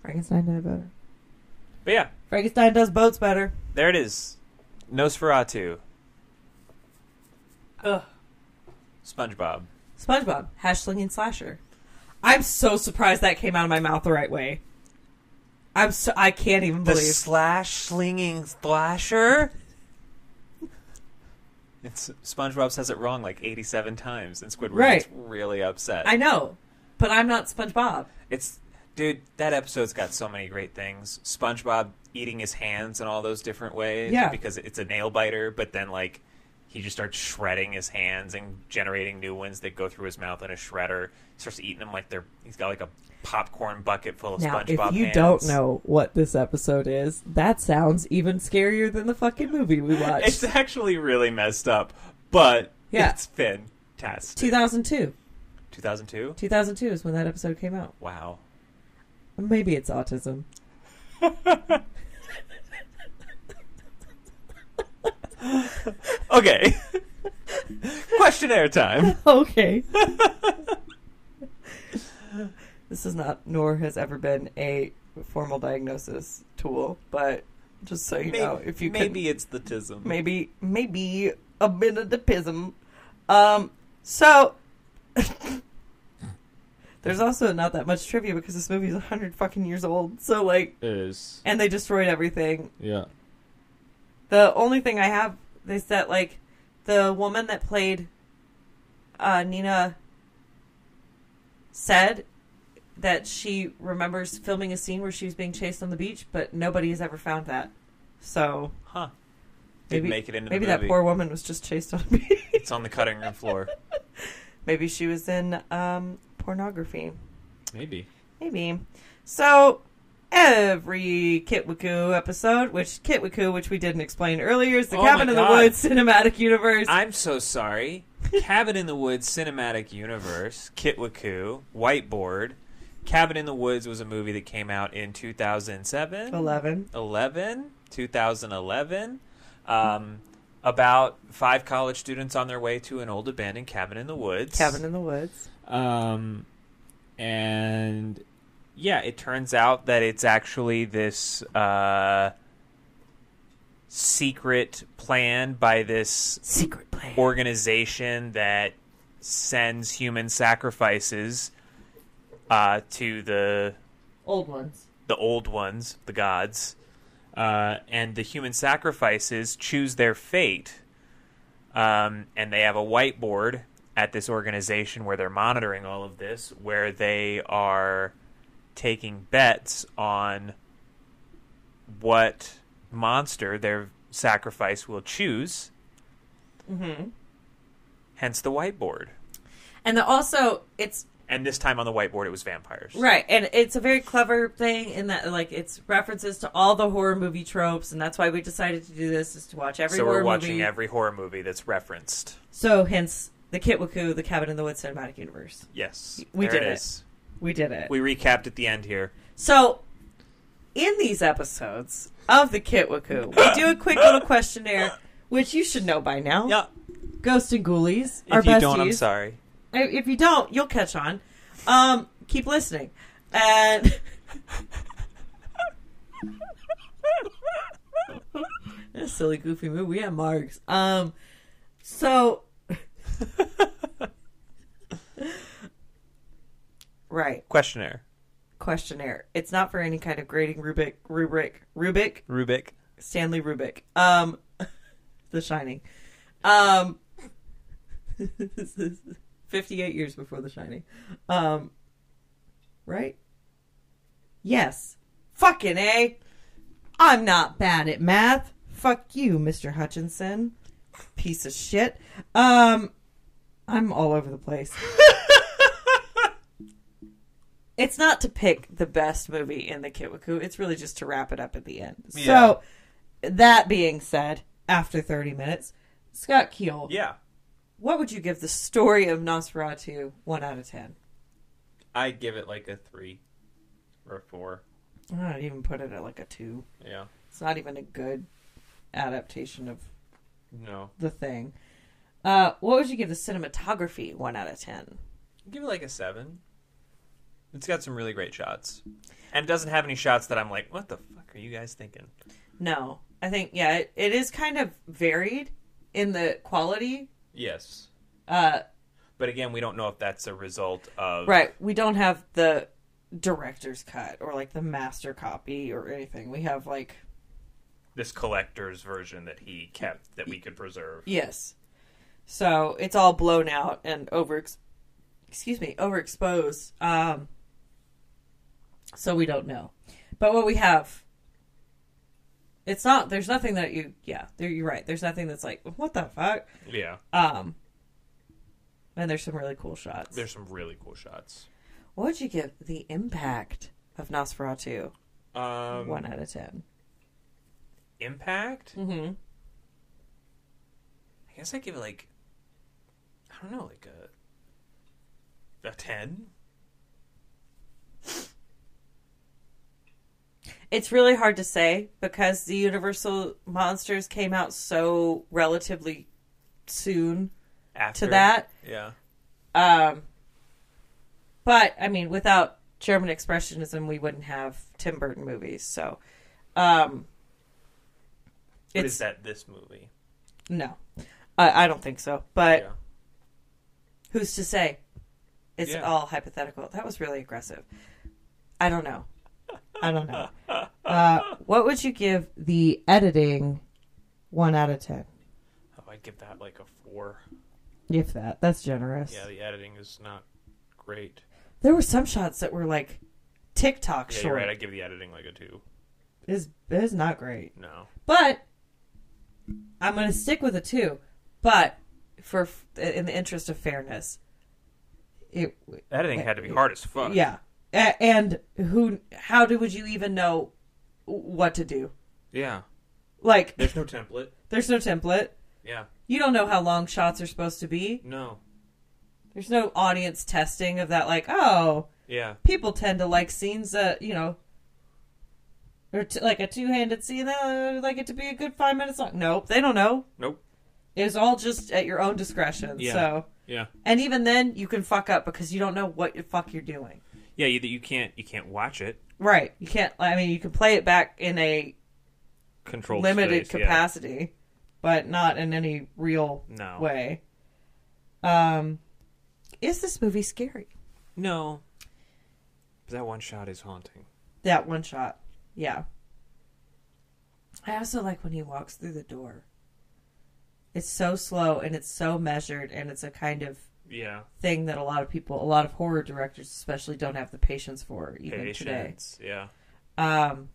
S2: Frankenstein did it better.
S3: But yeah,
S2: Frankenstein does boats better.
S3: there it is. Nosferatu.
S2: Ugh.
S3: SpongeBob.
S2: SpongeBob, Hashling and Slasher. I'm so surprised that came out of my mouth the right way. I'm so I can't even
S3: The
S2: believe.
S3: slash slinging slasher. It's SpongeBob says it wrong like 87 times, and Squidward
S2: Right.
S3: gets really upset.
S2: I know, but I'm not SpongeBob.
S3: It's dude, that episode's got so many great things. SpongeBob eating his hands in all those different ways
S2: Yeah.
S3: because it's a nail biter, but then like he just starts shredding his hands and generating new ones that go through his mouth in a shredder. He starts eating them like they're he's got like a popcorn bucket full of SpongeBob hands.
S2: know what this episode is, that sounds even scarier than the fucking movie we
S3: It's actually really messed up, but
S2: Yeah.
S3: it's fantastic.
S2: 2002.
S3: 2002?
S2: 2002 is when that episode came out.
S3: Wow.
S2: Maybe it's autism.
S3: Okay. Questionnaire time.
S2: Okay. this is not, nor has ever been a formal diagnosis tool, but just so you know, if you
S3: maybe
S2: can,
S3: it's the tism.
S2: maybe maybe a bit of the pism. Um, so there's also not that much trivia because this movie is hundred fucking years old. So like,
S4: It is.
S2: and they destroyed everything.
S4: Yeah.
S2: The only thing I have is that like the woman that played uh, Nina said that she remembers filming a scene where she was being chased on the beach, but nobody has ever found that. So
S3: Huh. Did
S2: Maybe-
S3: make it into
S2: maybe
S3: the movie.
S2: that poor woman was just chased on a beach.
S3: It's on the cutting room floor.
S2: maybe she was in um, pornography.
S4: Maybe.
S2: Maybe. So every Kitwiku episode, which Kitwiku, which we didn't explain earlier, is the
S3: Oh my
S2: Cabin in the
S3: God.
S2: Woods cinematic universe.
S3: I'm so sorry. Cabin in the Woods Cinematic Universe, Kitwaku, Whiteboard, Cabin in the Woods was a movie that came out in 2007.
S2: 11.
S3: 11 2011 um, about five college students on their way to an old abandoned cabin in the woods
S2: Cabin in the Woods.
S4: Um, and
S3: yeah it turns out that it's actually this uh, secret plan by this
S2: Secret plan.
S3: organization that sends human sacrifices uh, to the
S2: Old ones.
S3: the old ones, the gods, uh, and the human sacrifices choose their fate. Um, and they have a whiteboard at this organization where they're monitoring all of this, where they are taking bets on what monster their sacrifice will choose.
S2: Mm-hmm.
S3: Hence the whiteboard.
S2: And the, also, it's
S3: And this time on the whiteboard, it was vampires.
S2: Right, and it's a very clever thing in that like it's references to all the horror movie tropes, and that's why we decided to do this is to watch every
S3: so
S2: horror
S3: we're watching
S2: movie.
S3: every horror movie that's referenced.
S2: so hence the Kitwaku, the Cabin in the Woods cinematic universe.
S3: Yes,
S2: We
S3: there
S2: did
S3: it
S2: it.
S3: is.
S2: We did it.
S3: We recapped at the end here.
S2: so in these episodes of the Kitwaku, we do a quick little questionnaire, which you should know by now.
S3: Yeah,
S2: Ghost and Ghoulies,
S3: If
S2: our
S3: you
S2: besties.
S3: don't, I'm sorry.
S2: I- If you don't, you'll catch on. Um, keep listening. And That's a silly, goofy move. We have marks. Um, so right
S3: Questionnaire.
S2: questionnaire. It's not for any kind of grading. Rubik, rubric, Rubik,
S3: Rubik.
S2: Stanley Rubik. Um, The Shining. Um, this is 58 years before The Shining. Um, right? Yes. Fucking A. I'm not bad at math. Fuck you, Mr. Hutchinson. Piece of shit. Um, I'm all over the place. it's not to pick the best movie in the Kitwaku. It's really just to wrap it up at the end. So, that being said, after 30 minutes, Scott Keel,
S4: yeah,
S2: what would you give the story of Nosferatu 1 out of 10?
S4: I give it like a three or a four.
S2: I don't even put it at like a 2.
S4: Yeah,
S2: It's not even a good adaptation of
S4: no,
S2: the thing. Uh, what would you give the cinematography 1 out of 10?
S3: Give it like a seven. It's got some really great shots, and it doesn't have any shots that I'm like, what the fuck are you guys thinking?
S2: No. I think, yeah, it, it is kind of varied in the quality.
S3: Yes,
S2: Uh,
S3: but again, we don't know if that's a result of
S2: right. We don't have the director's cut or like the master copy or anything. We have like
S3: this collector's version that he kept that we could preserve.
S2: Yes. So it's all blown out and over, excuse me, overexposed. Um, so we don't know, but what we have, it's not. There's nothing that you, yeah, there, you're right. There's nothing that's like what the fuck.
S3: Yeah,
S2: Um, and there's some really cool shots.
S3: there's some really cool shots.
S2: What would you give the impact of Nosferatu?
S4: um,
S2: One out of ten.
S3: Impact.
S2: Mm-hmm.
S3: I guess I give it like, I don't know, like a a ten.
S2: It's really hard to say because the Universal monsters came out so relatively soon
S3: After
S2: to that.
S3: yeah.
S2: Um, but I mean, without German expressionism, we wouldn't have Tim Burton movies. So, um,
S3: What
S2: it's
S3: is that? This movie.
S2: no, I, I don't think so. But
S3: yeah.
S2: who's to say? It's
S4: Yeah.
S2: all hypothetical. That was really aggressive. I don't know. I don't know. Uh, what would you give the editing? One out of ten,
S3: Oh, I'd give that like a four.
S2: if that. That's generous.
S4: yeah, the editing is not great.
S2: There were some shots that were like TikTok
S4: Yeah,
S2: short.
S4: you're right. I give the editing like a two.
S2: Is is not great.
S4: No,
S2: But I'm going to stick with a two. But for in the interest of fairness, it
S3: Editing had to be hard as fuck.
S2: yeah. A- and who? How do would you even know what to do?
S4: yeah,
S2: Like,
S4: there's no template.
S2: there's no template.
S4: Yeah,
S2: You don't know how long shots are supposed to be.
S4: no,
S2: There's no audience testing of that. Like, oh,
S3: Yeah.
S2: people tend to like scenes that you know or t- like a two-handed scene that uh, like it to be a good five minutes long nope they don't know
S4: Nope.
S2: it's all just at your own discretion
S3: Yeah.
S2: so
S3: Yeah.
S2: and even then you can fuck up because you don't know what the fuck you're doing
S3: Yeah. You, you can't you can't watch it
S2: right you can't i mean you can play it back in a
S3: controlled
S2: limited
S3: space, yeah.
S2: capacity but not in any real
S3: No.
S2: way um is this movie scary
S3: No. But that one shot is haunting.
S2: That one shot. Yeah. I also like when he walks through the door. It's so slow and it's so measured and it's a kind of
S3: Yeah.
S2: thing that a lot of people, a lot of horror directors especially don't have the patience for even today.
S3: Patience. Yeah.
S2: Um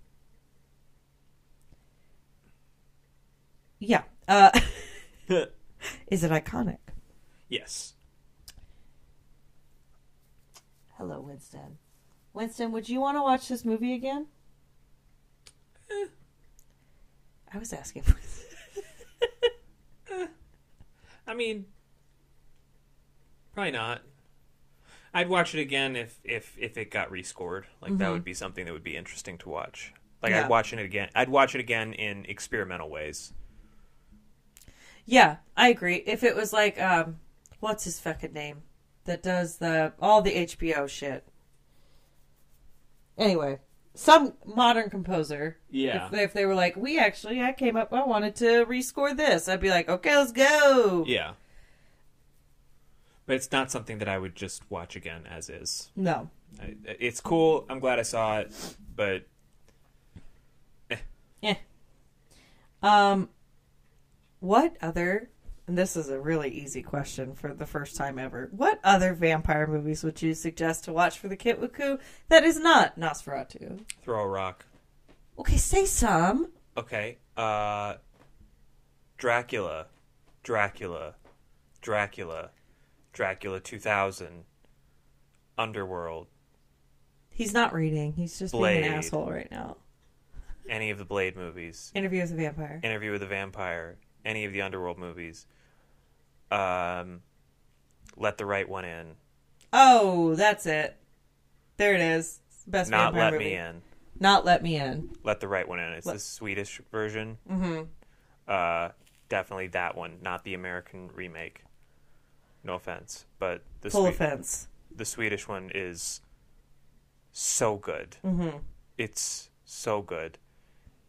S2: Yeah. Uh is it iconic?
S3: yes.
S2: Hello, Winston. Winston, would you want to watch this movie again? Eh. I was asking for
S3: I mean, probably not. I'd watch it again if if if it got rescored. Like that would be something that would be interesting to watch. Like
S2: Mm-hmm. Yeah.
S3: I'd watch it again. I'd watch it again in experimental ways.
S2: Yeah, I agree. If it was like, um, what's his fucking name that does the all the HBO shit? Anyway, some modern composer.
S3: Yeah.
S2: If, if they were like, we actually, I came up, I wanted to rescore this, I'd be like, okay, let's go.
S3: Yeah. But it's not something that I would just watch again as is.
S2: No.
S3: I, it's cool. I'm glad I saw it, but
S2: Um, what other? And this is a really easy question for the first time ever. What other vampire movies would you suggest to watch for the Kitwaku that is not Nosferatu?
S3: throw a rock.
S2: Okay, say some.
S3: Okay. Uh Dracula. Dracula. Dracula. Dracula 2000. Underworld.
S2: He's not reading. He's just being
S3: Blade.
S2: an asshole right now.
S3: Any of the Blade movies.
S2: Interview with a vampire.
S3: Interview with the Vampire. Any of the Underworld movies. Um Let the Right One In.
S2: Oh, that's it. There it is. It's the Best
S3: Not
S2: vampire
S3: Let
S2: movie.
S3: Me In.
S2: Not let me in.
S3: Let the Right One In. It's
S2: Let-
S3: the Swedish version. Mm-hmm. Uh, definitely that one, not the American remake. No offense, but the
S2: Full
S3: Swe-
S2: offense.
S3: the Swedish one is so good. It's so good.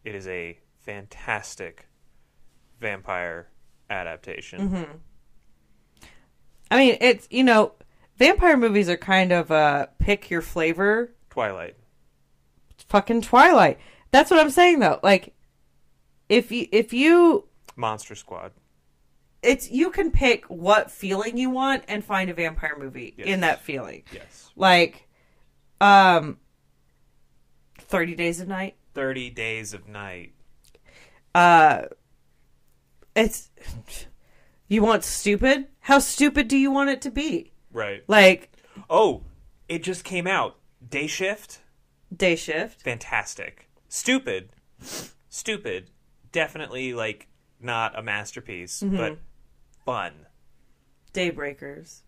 S3: It is a fantastic vampire adaptation.
S2: I mean, it's you know, vampire movies are kind of uh pick your flavor.
S3: Twilight.
S2: It's fucking Twilight. That's what I'm saying though. Like, if you if you
S3: Monster Squad.
S2: it's you can pick what feeling you want and find a vampire movie
S3: Yes.
S2: in that feeling.
S3: Yes.
S2: Like, um, Thirty Days of Night.
S3: 30 Days of Night.
S2: uh it's you want stupid how stupid do you want it to be
S3: Right.
S2: like
S3: Oh, it just came out. Day Shift.
S2: day shift
S3: fantastic. Stupid. Stupid. Definitely like not a masterpiece, but fun.
S2: daybreakers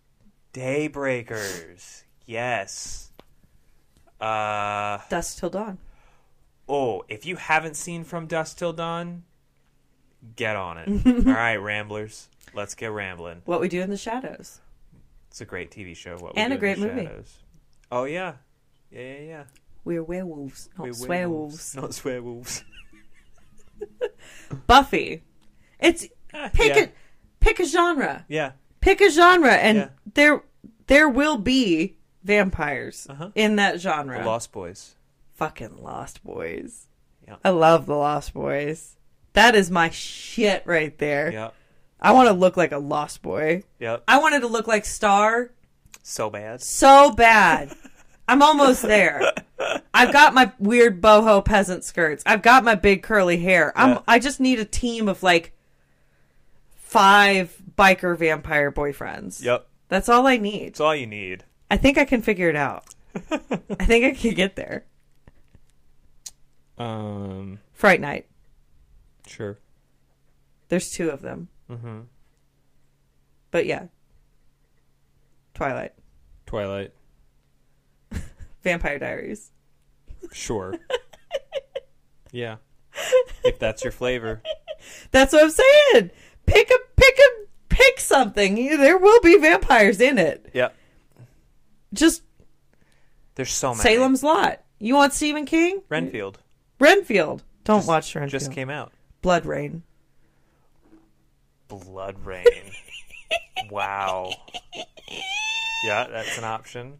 S3: Daybreakers. Yes. Uh
S2: dusk till dawn
S3: oh, if you haven't seen From Dusk Till Dawn, get on it. All right, Ramblers. Let's get rambling.
S2: what we do in the shadows
S3: It's a great TV show. What
S2: And
S3: we Do
S2: a
S3: in the
S2: great movie.
S3: Shadows. Oh yeah. Yeah, yeah, yeah.
S2: we're werewolves not
S3: We're
S2: swearwolves
S3: Not swearwolves.
S2: buffy it's
S3: Ah,
S2: pick
S3: yeah.
S2: a pick a genre
S3: Yeah.
S2: pick a genre and
S3: Yeah.
S2: there there will be vampires
S3: Uh-huh.
S2: in that genre
S3: Lost Boys.
S2: fucking Lost Boys.
S3: Yeah.
S2: I love the Lost Boys. That is my shit right there.
S3: Yeah.
S2: I want to look like a Lost Boy.
S3: Yep.
S2: I wanted to look like Star
S3: So bad.
S2: so bad. I'm almost there. I've got my weird boho peasant skirts. I've got my big curly hair. I'm
S3: Yeah.
S2: I just need a team of like five biker vampire boyfriends.
S3: Yep.
S2: That's all I need.
S3: It's all you need.
S2: I think I can figure it out. I think I can get there.
S4: Um,
S2: Fright night.
S4: sure.
S2: There's two of them.
S4: Mm-hmm.
S2: But yeah. Twilight.
S4: Twilight.
S2: Vampire Diaries.
S4: Sure. yeah. If that's your flavor.
S2: That's what I'm saying. Pick a pick a pick something. There will be vampires in it.
S3: Yeah.
S2: Just
S3: There's so many.
S2: Salem's Lot. You want Stephen King?
S3: Renfield
S2: Renfield. Don't watch Renfield.
S3: just came out.
S2: Blood Rain.
S3: Blood Rain. wow. Yeah, that's an option.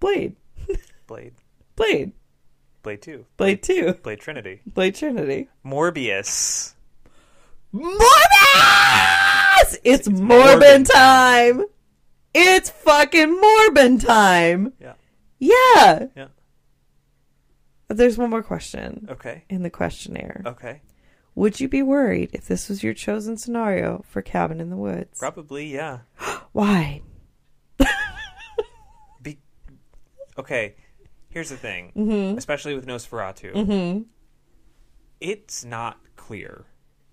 S2: Blade.
S3: Blade.
S2: Blade.
S3: Blade 2.
S2: Blade Two.
S3: Blade Trinity.
S2: Blade Trinity.
S3: Morbius.
S2: Morbus! It's Morbin time. It's fucking Morbin time.
S3: Yeah.
S2: Yeah.
S3: Yeah.
S2: There's one more question
S3: Okay.
S2: in the questionnaire.
S3: Okay.
S2: Would you be worried if this was your chosen scenario for Cabin in the Woods?
S3: Probably, yeah.
S2: Why?
S3: Be- okay. Here's the thing. Especially with Nosferatu. It's not clear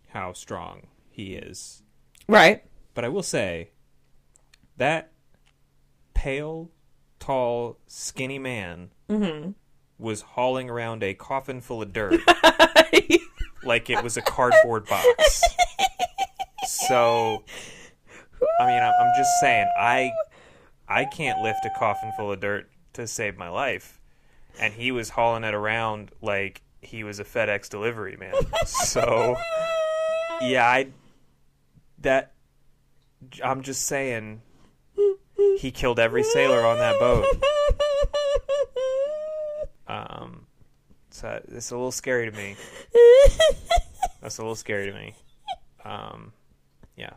S4: How strong he is.
S2: Right.
S4: But I will say that pale, tall, skinny man was hauling around a coffin full of dirt
S3: like it was a cardboard box. So, I mean, I'm, I'm just saying, I, I can't lift a coffin full of dirt to save my life, and he was hauling it around like he was a FedEx delivery man. So, yeah, I, that, I'm just saying, he killed every sailor on that boat. Um, so it's a little scary to me. That's a little scary to me. Um, yeah.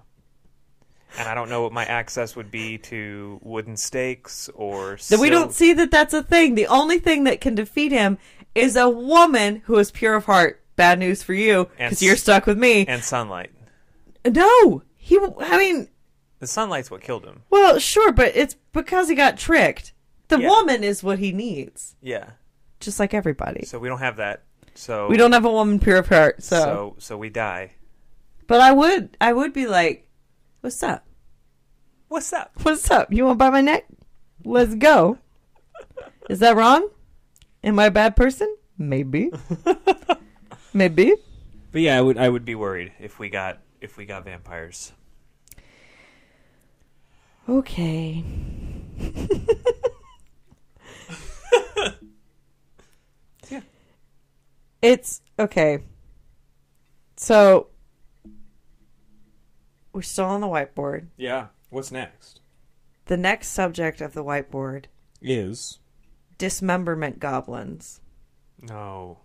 S3: And I don't know what my access would be to wooden stakes or.
S2: That we
S3: sil-
S2: don't see that that's a thing. The only thing that can defeat him is a woman who is pure of heart. Bad news for you,
S3: And
S2: because you're
S3: s-
S2: stuck with me.
S3: And sunlight.
S2: no, he. I mean,
S3: The sunlight's what killed him.
S2: well, sure, but it's because he got tricked. The
S3: Yeah.
S2: woman is what he needs,
S3: Yeah.
S2: just like everybody.
S3: So we don't have that. So
S2: we don't have a woman pure of heart, so.
S3: So so we die.
S2: But I would, I would be like, "What's up?
S3: What's up?
S2: What's up? You want to buy my neck? Let's go." Is that wrong? Am I a bad person? Maybe. Maybe.
S4: but yeah i would i would
S3: Would be worried if we got if we got vampires.
S2: Okay.
S3: Yeah.
S2: It's okay. So we're still on the whiteboard.
S4: yeah what's next
S2: The next subject of the whiteboard
S4: is
S2: dismemberment goblins.
S3: No.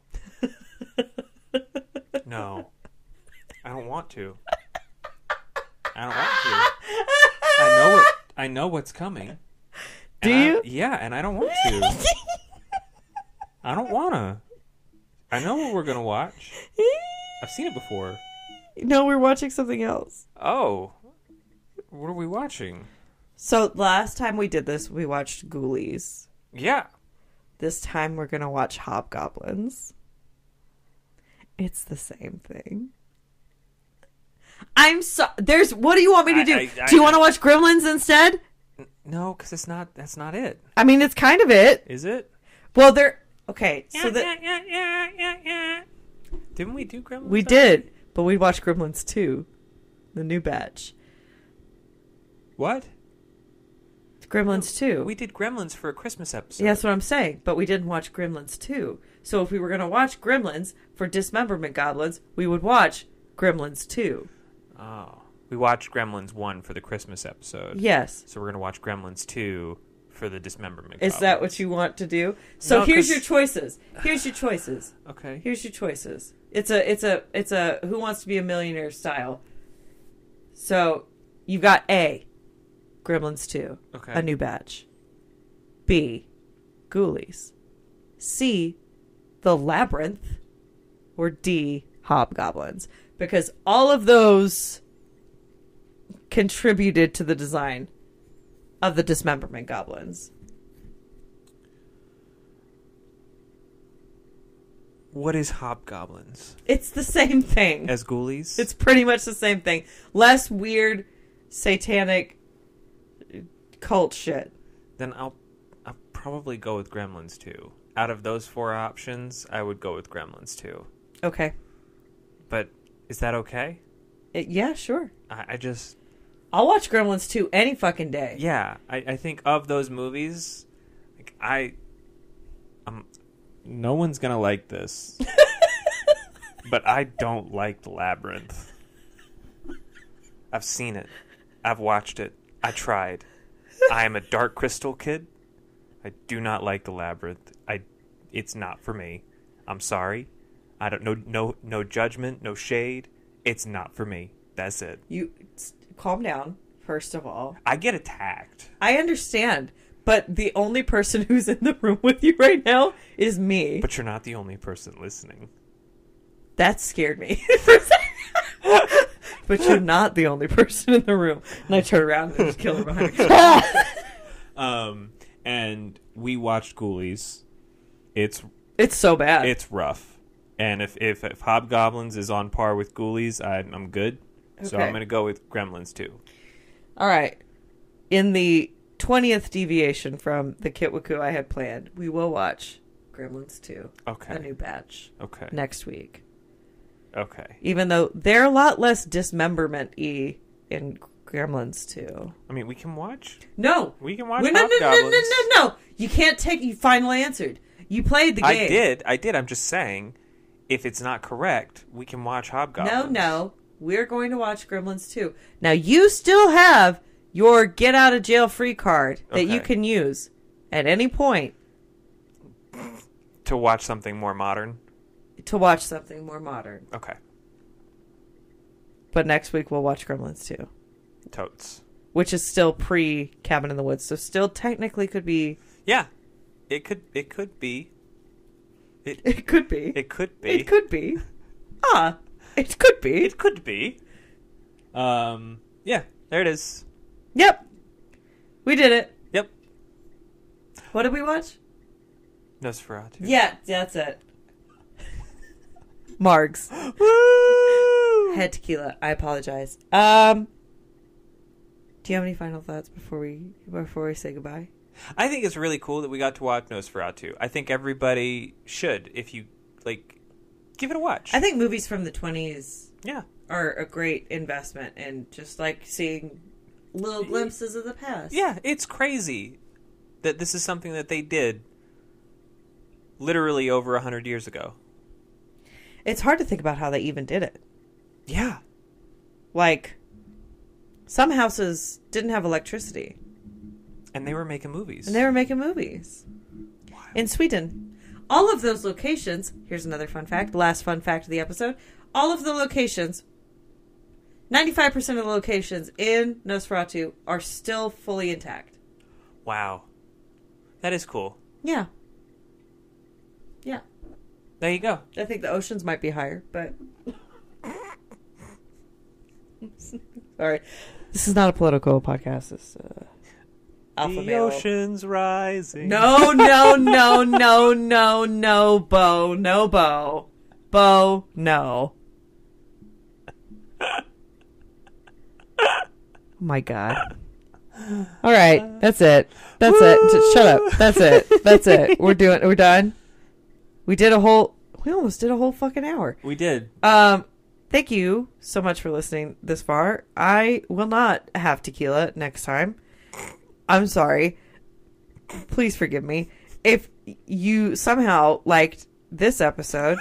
S3: no. I don't want to.
S4: i don't want to i know what i know what's coming
S2: Do
S4: And I-
S2: you?
S4: yeah and i don't want to i don't wanna i know what we're gonna watch i've seen it before
S2: No, we're watching something else.
S4: oh what are we watching
S2: So last time we did this, we watched Ghoulies.
S4: yeah
S2: This time we're going to watch Hobgoblins. It's the same thing. I'm so there's what do you want me to
S3: I-
S2: do?
S3: I-
S2: do you
S3: I-
S2: want to watch Gremlins instead?
S4: no because it's not that's not it
S2: I mean, it's kind of it.
S4: is it
S2: Well, they're okay. So that
S4: didn't we do gremlins
S2: we did, but we watched Gremlins 2, the new batch.
S4: what
S2: Gremlins 2.
S3: We did Gremlins for a Christmas episode.
S2: Yeah, that's what I'm saying. But we didn't watch Gremlins 2. So if we were going to watch Gremlins for Dismemberment Goblins, we would watch Gremlins 2.
S3: Oh. We watched Gremlins 1 for the Christmas episode.
S2: Yes.
S3: So we're gonna watch Gremlins two for the dismemberment.
S2: Is that what you want to do? So
S3: No,
S2: here's
S3: 'cause-
S2: your choices. Here's your choices.
S3: Okay.
S2: Here's your choices. It's a it's a it's a who wants to be a millionaire style. So you've got A, Gremlins two,
S3: Okay.
S2: a new batch. B, Ghoulies. C, the Labyrinth, or D, Hobgoblins, because all of those contributed to the design of the dismemberment goblins.
S3: What is hobgoblins
S2: It's the same thing.
S3: as ghoulies?
S2: It's pretty much the same thing. Less weird satanic cult shit.
S3: then I'll I'm probably go with Gremlins 2. Out of those four options, I would go with Gremlins 2.
S2: Okay.
S3: But is that okay?
S2: It- yeah, sure.
S3: I, I just,
S2: I'll watch Gremlins 2 any fucking day.
S3: yeah, I, I think of those movies, like I, um, no one's gonna like this, but I don't like The Labyrinth. I've seen it, I've watched it, I tried. I am a Dark Crystal kid. I do not like The Labyrinth. I, it's not for me. I'm sorry. I don't no no no judgment, no shade. It's not for me. That's it.
S2: You s- calm down, first of all.
S3: I get attacked.
S2: I understand, but the only person who's in the room with you right now is me.
S3: But you're not the only person listening.
S2: that scared me. for a second. but you're not the only person in the room. And I turn around and there's a killer behind me.
S4: Um, and we watched Ghoulies. It's
S2: it's so bad.
S4: it's rough. And if if, if Hobgoblins is on par with Ghoulies, I, I'm good. So
S2: Okay.
S4: I'm gonna go with Gremlins too.
S2: all right. In the 20th deviation from the Kitwaku I had planned, we will watch Gremlins 2, a
S3: Okay.
S2: new batch,
S3: Okay.
S2: next week.
S3: Okay.
S2: even though they're a lot less dismemberment y in Gremlins too.
S3: I mean, we can watch.
S2: No,
S3: We can
S2: no,
S3: watch
S2: no, no, no,
S3: Hobgoblins.
S2: no, no! You can't take. You finally answered. You played the
S3: I
S2: game.
S3: did. I did. I'm just saying, if it's not correct, we can watch Hobgoblins.
S2: No, no, we're going to watch Gremlins too. Now you still have your get out of jail free card that you
S3: Okay.
S2: can use at any point
S3: To watch something more modern.
S2: to watch something more modern.
S3: Okay.
S2: But next week we'll watch Gremlins too,
S3: Totes.
S2: which is still pre Cabin in the Woods, so still technically could be.
S3: Yeah. It could. It could be. It.
S2: It could be.
S3: It could be.
S2: It could be. Ah, it could be.
S3: It could be. Um. Yeah. There it is.
S2: Yep. We did it.
S3: Yep.
S2: What did we watch?
S3: Nosferatu.
S2: Yeah, that's it. Margs.
S3: Woo!
S2: Head tequila. I apologize. Um Do you have any final thoughts before we before we say goodbye?
S3: I think it's really cool that we got to watch Nosferatu. I think everybody should, if you like, give it a watch.
S2: I think movies from the twenties
S3: yeah.
S2: are a great investment and just like seeing little glimpses of the past.
S3: Yeah, it's crazy that this is something that they did literally over a hundred years ago.
S2: It's hard to think about how they even did it.
S3: Yeah.
S2: Like some houses didn't have electricity.
S3: And they were making movies.
S2: And they were making movies in Sweden. All of those locations, here's another fun fact, last fun fact of the episode. All of the locations, 95% of the locations in Nosferatu are still fully intact.
S3: wow. That is cool.
S2: Yeah. Yeah.
S3: There you go.
S2: I think the oceans might be higher, but. Sorry. This is not a political podcast. This uh, alpha
S3: the
S2: male.
S3: ocean's rising.
S2: No, no, no, no, no, no, Bo, no, Bo, Bo, no. Oh my God. All right, that's it. That's it. J- Shut up. That's it. That's it. We're doing. We're done. We did a whole. We almost did a whole fucking hour.
S3: We did.
S2: Um, thank you so much for listening this far. I will not have tequila next time. I'm sorry. Please forgive me. If you somehow liked this episode,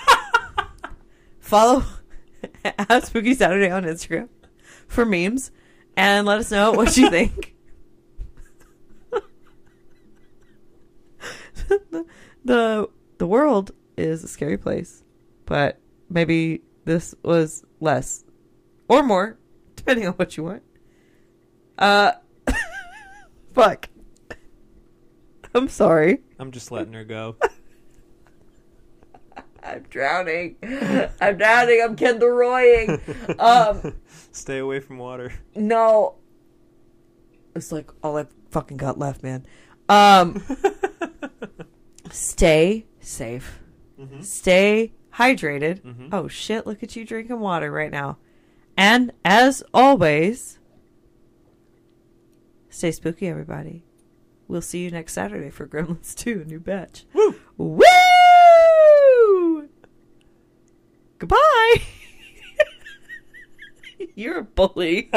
S2: follow at Spooky Saturday on Instagram for memes and let us know what you think. the, the the world is a scary place, but maybe this was less or more, depending on what you want. Uh, fuck. I'm sorry.
S3: I'm just letting her go.
S2: I'm drowning. I'm drowning. I'm Kendall Roying. Um,
S3: Stay away from water.
S2: no. It's like all I've fucking got left, man. Um, stay safe. Stay hydrated. Oh shit, look at you drinking water right now. And as always, stay spooky, everybody. We'll see you next Saturday for Gremlins 2, a new batch. Woo! Woo! Goodbye! You're a bully.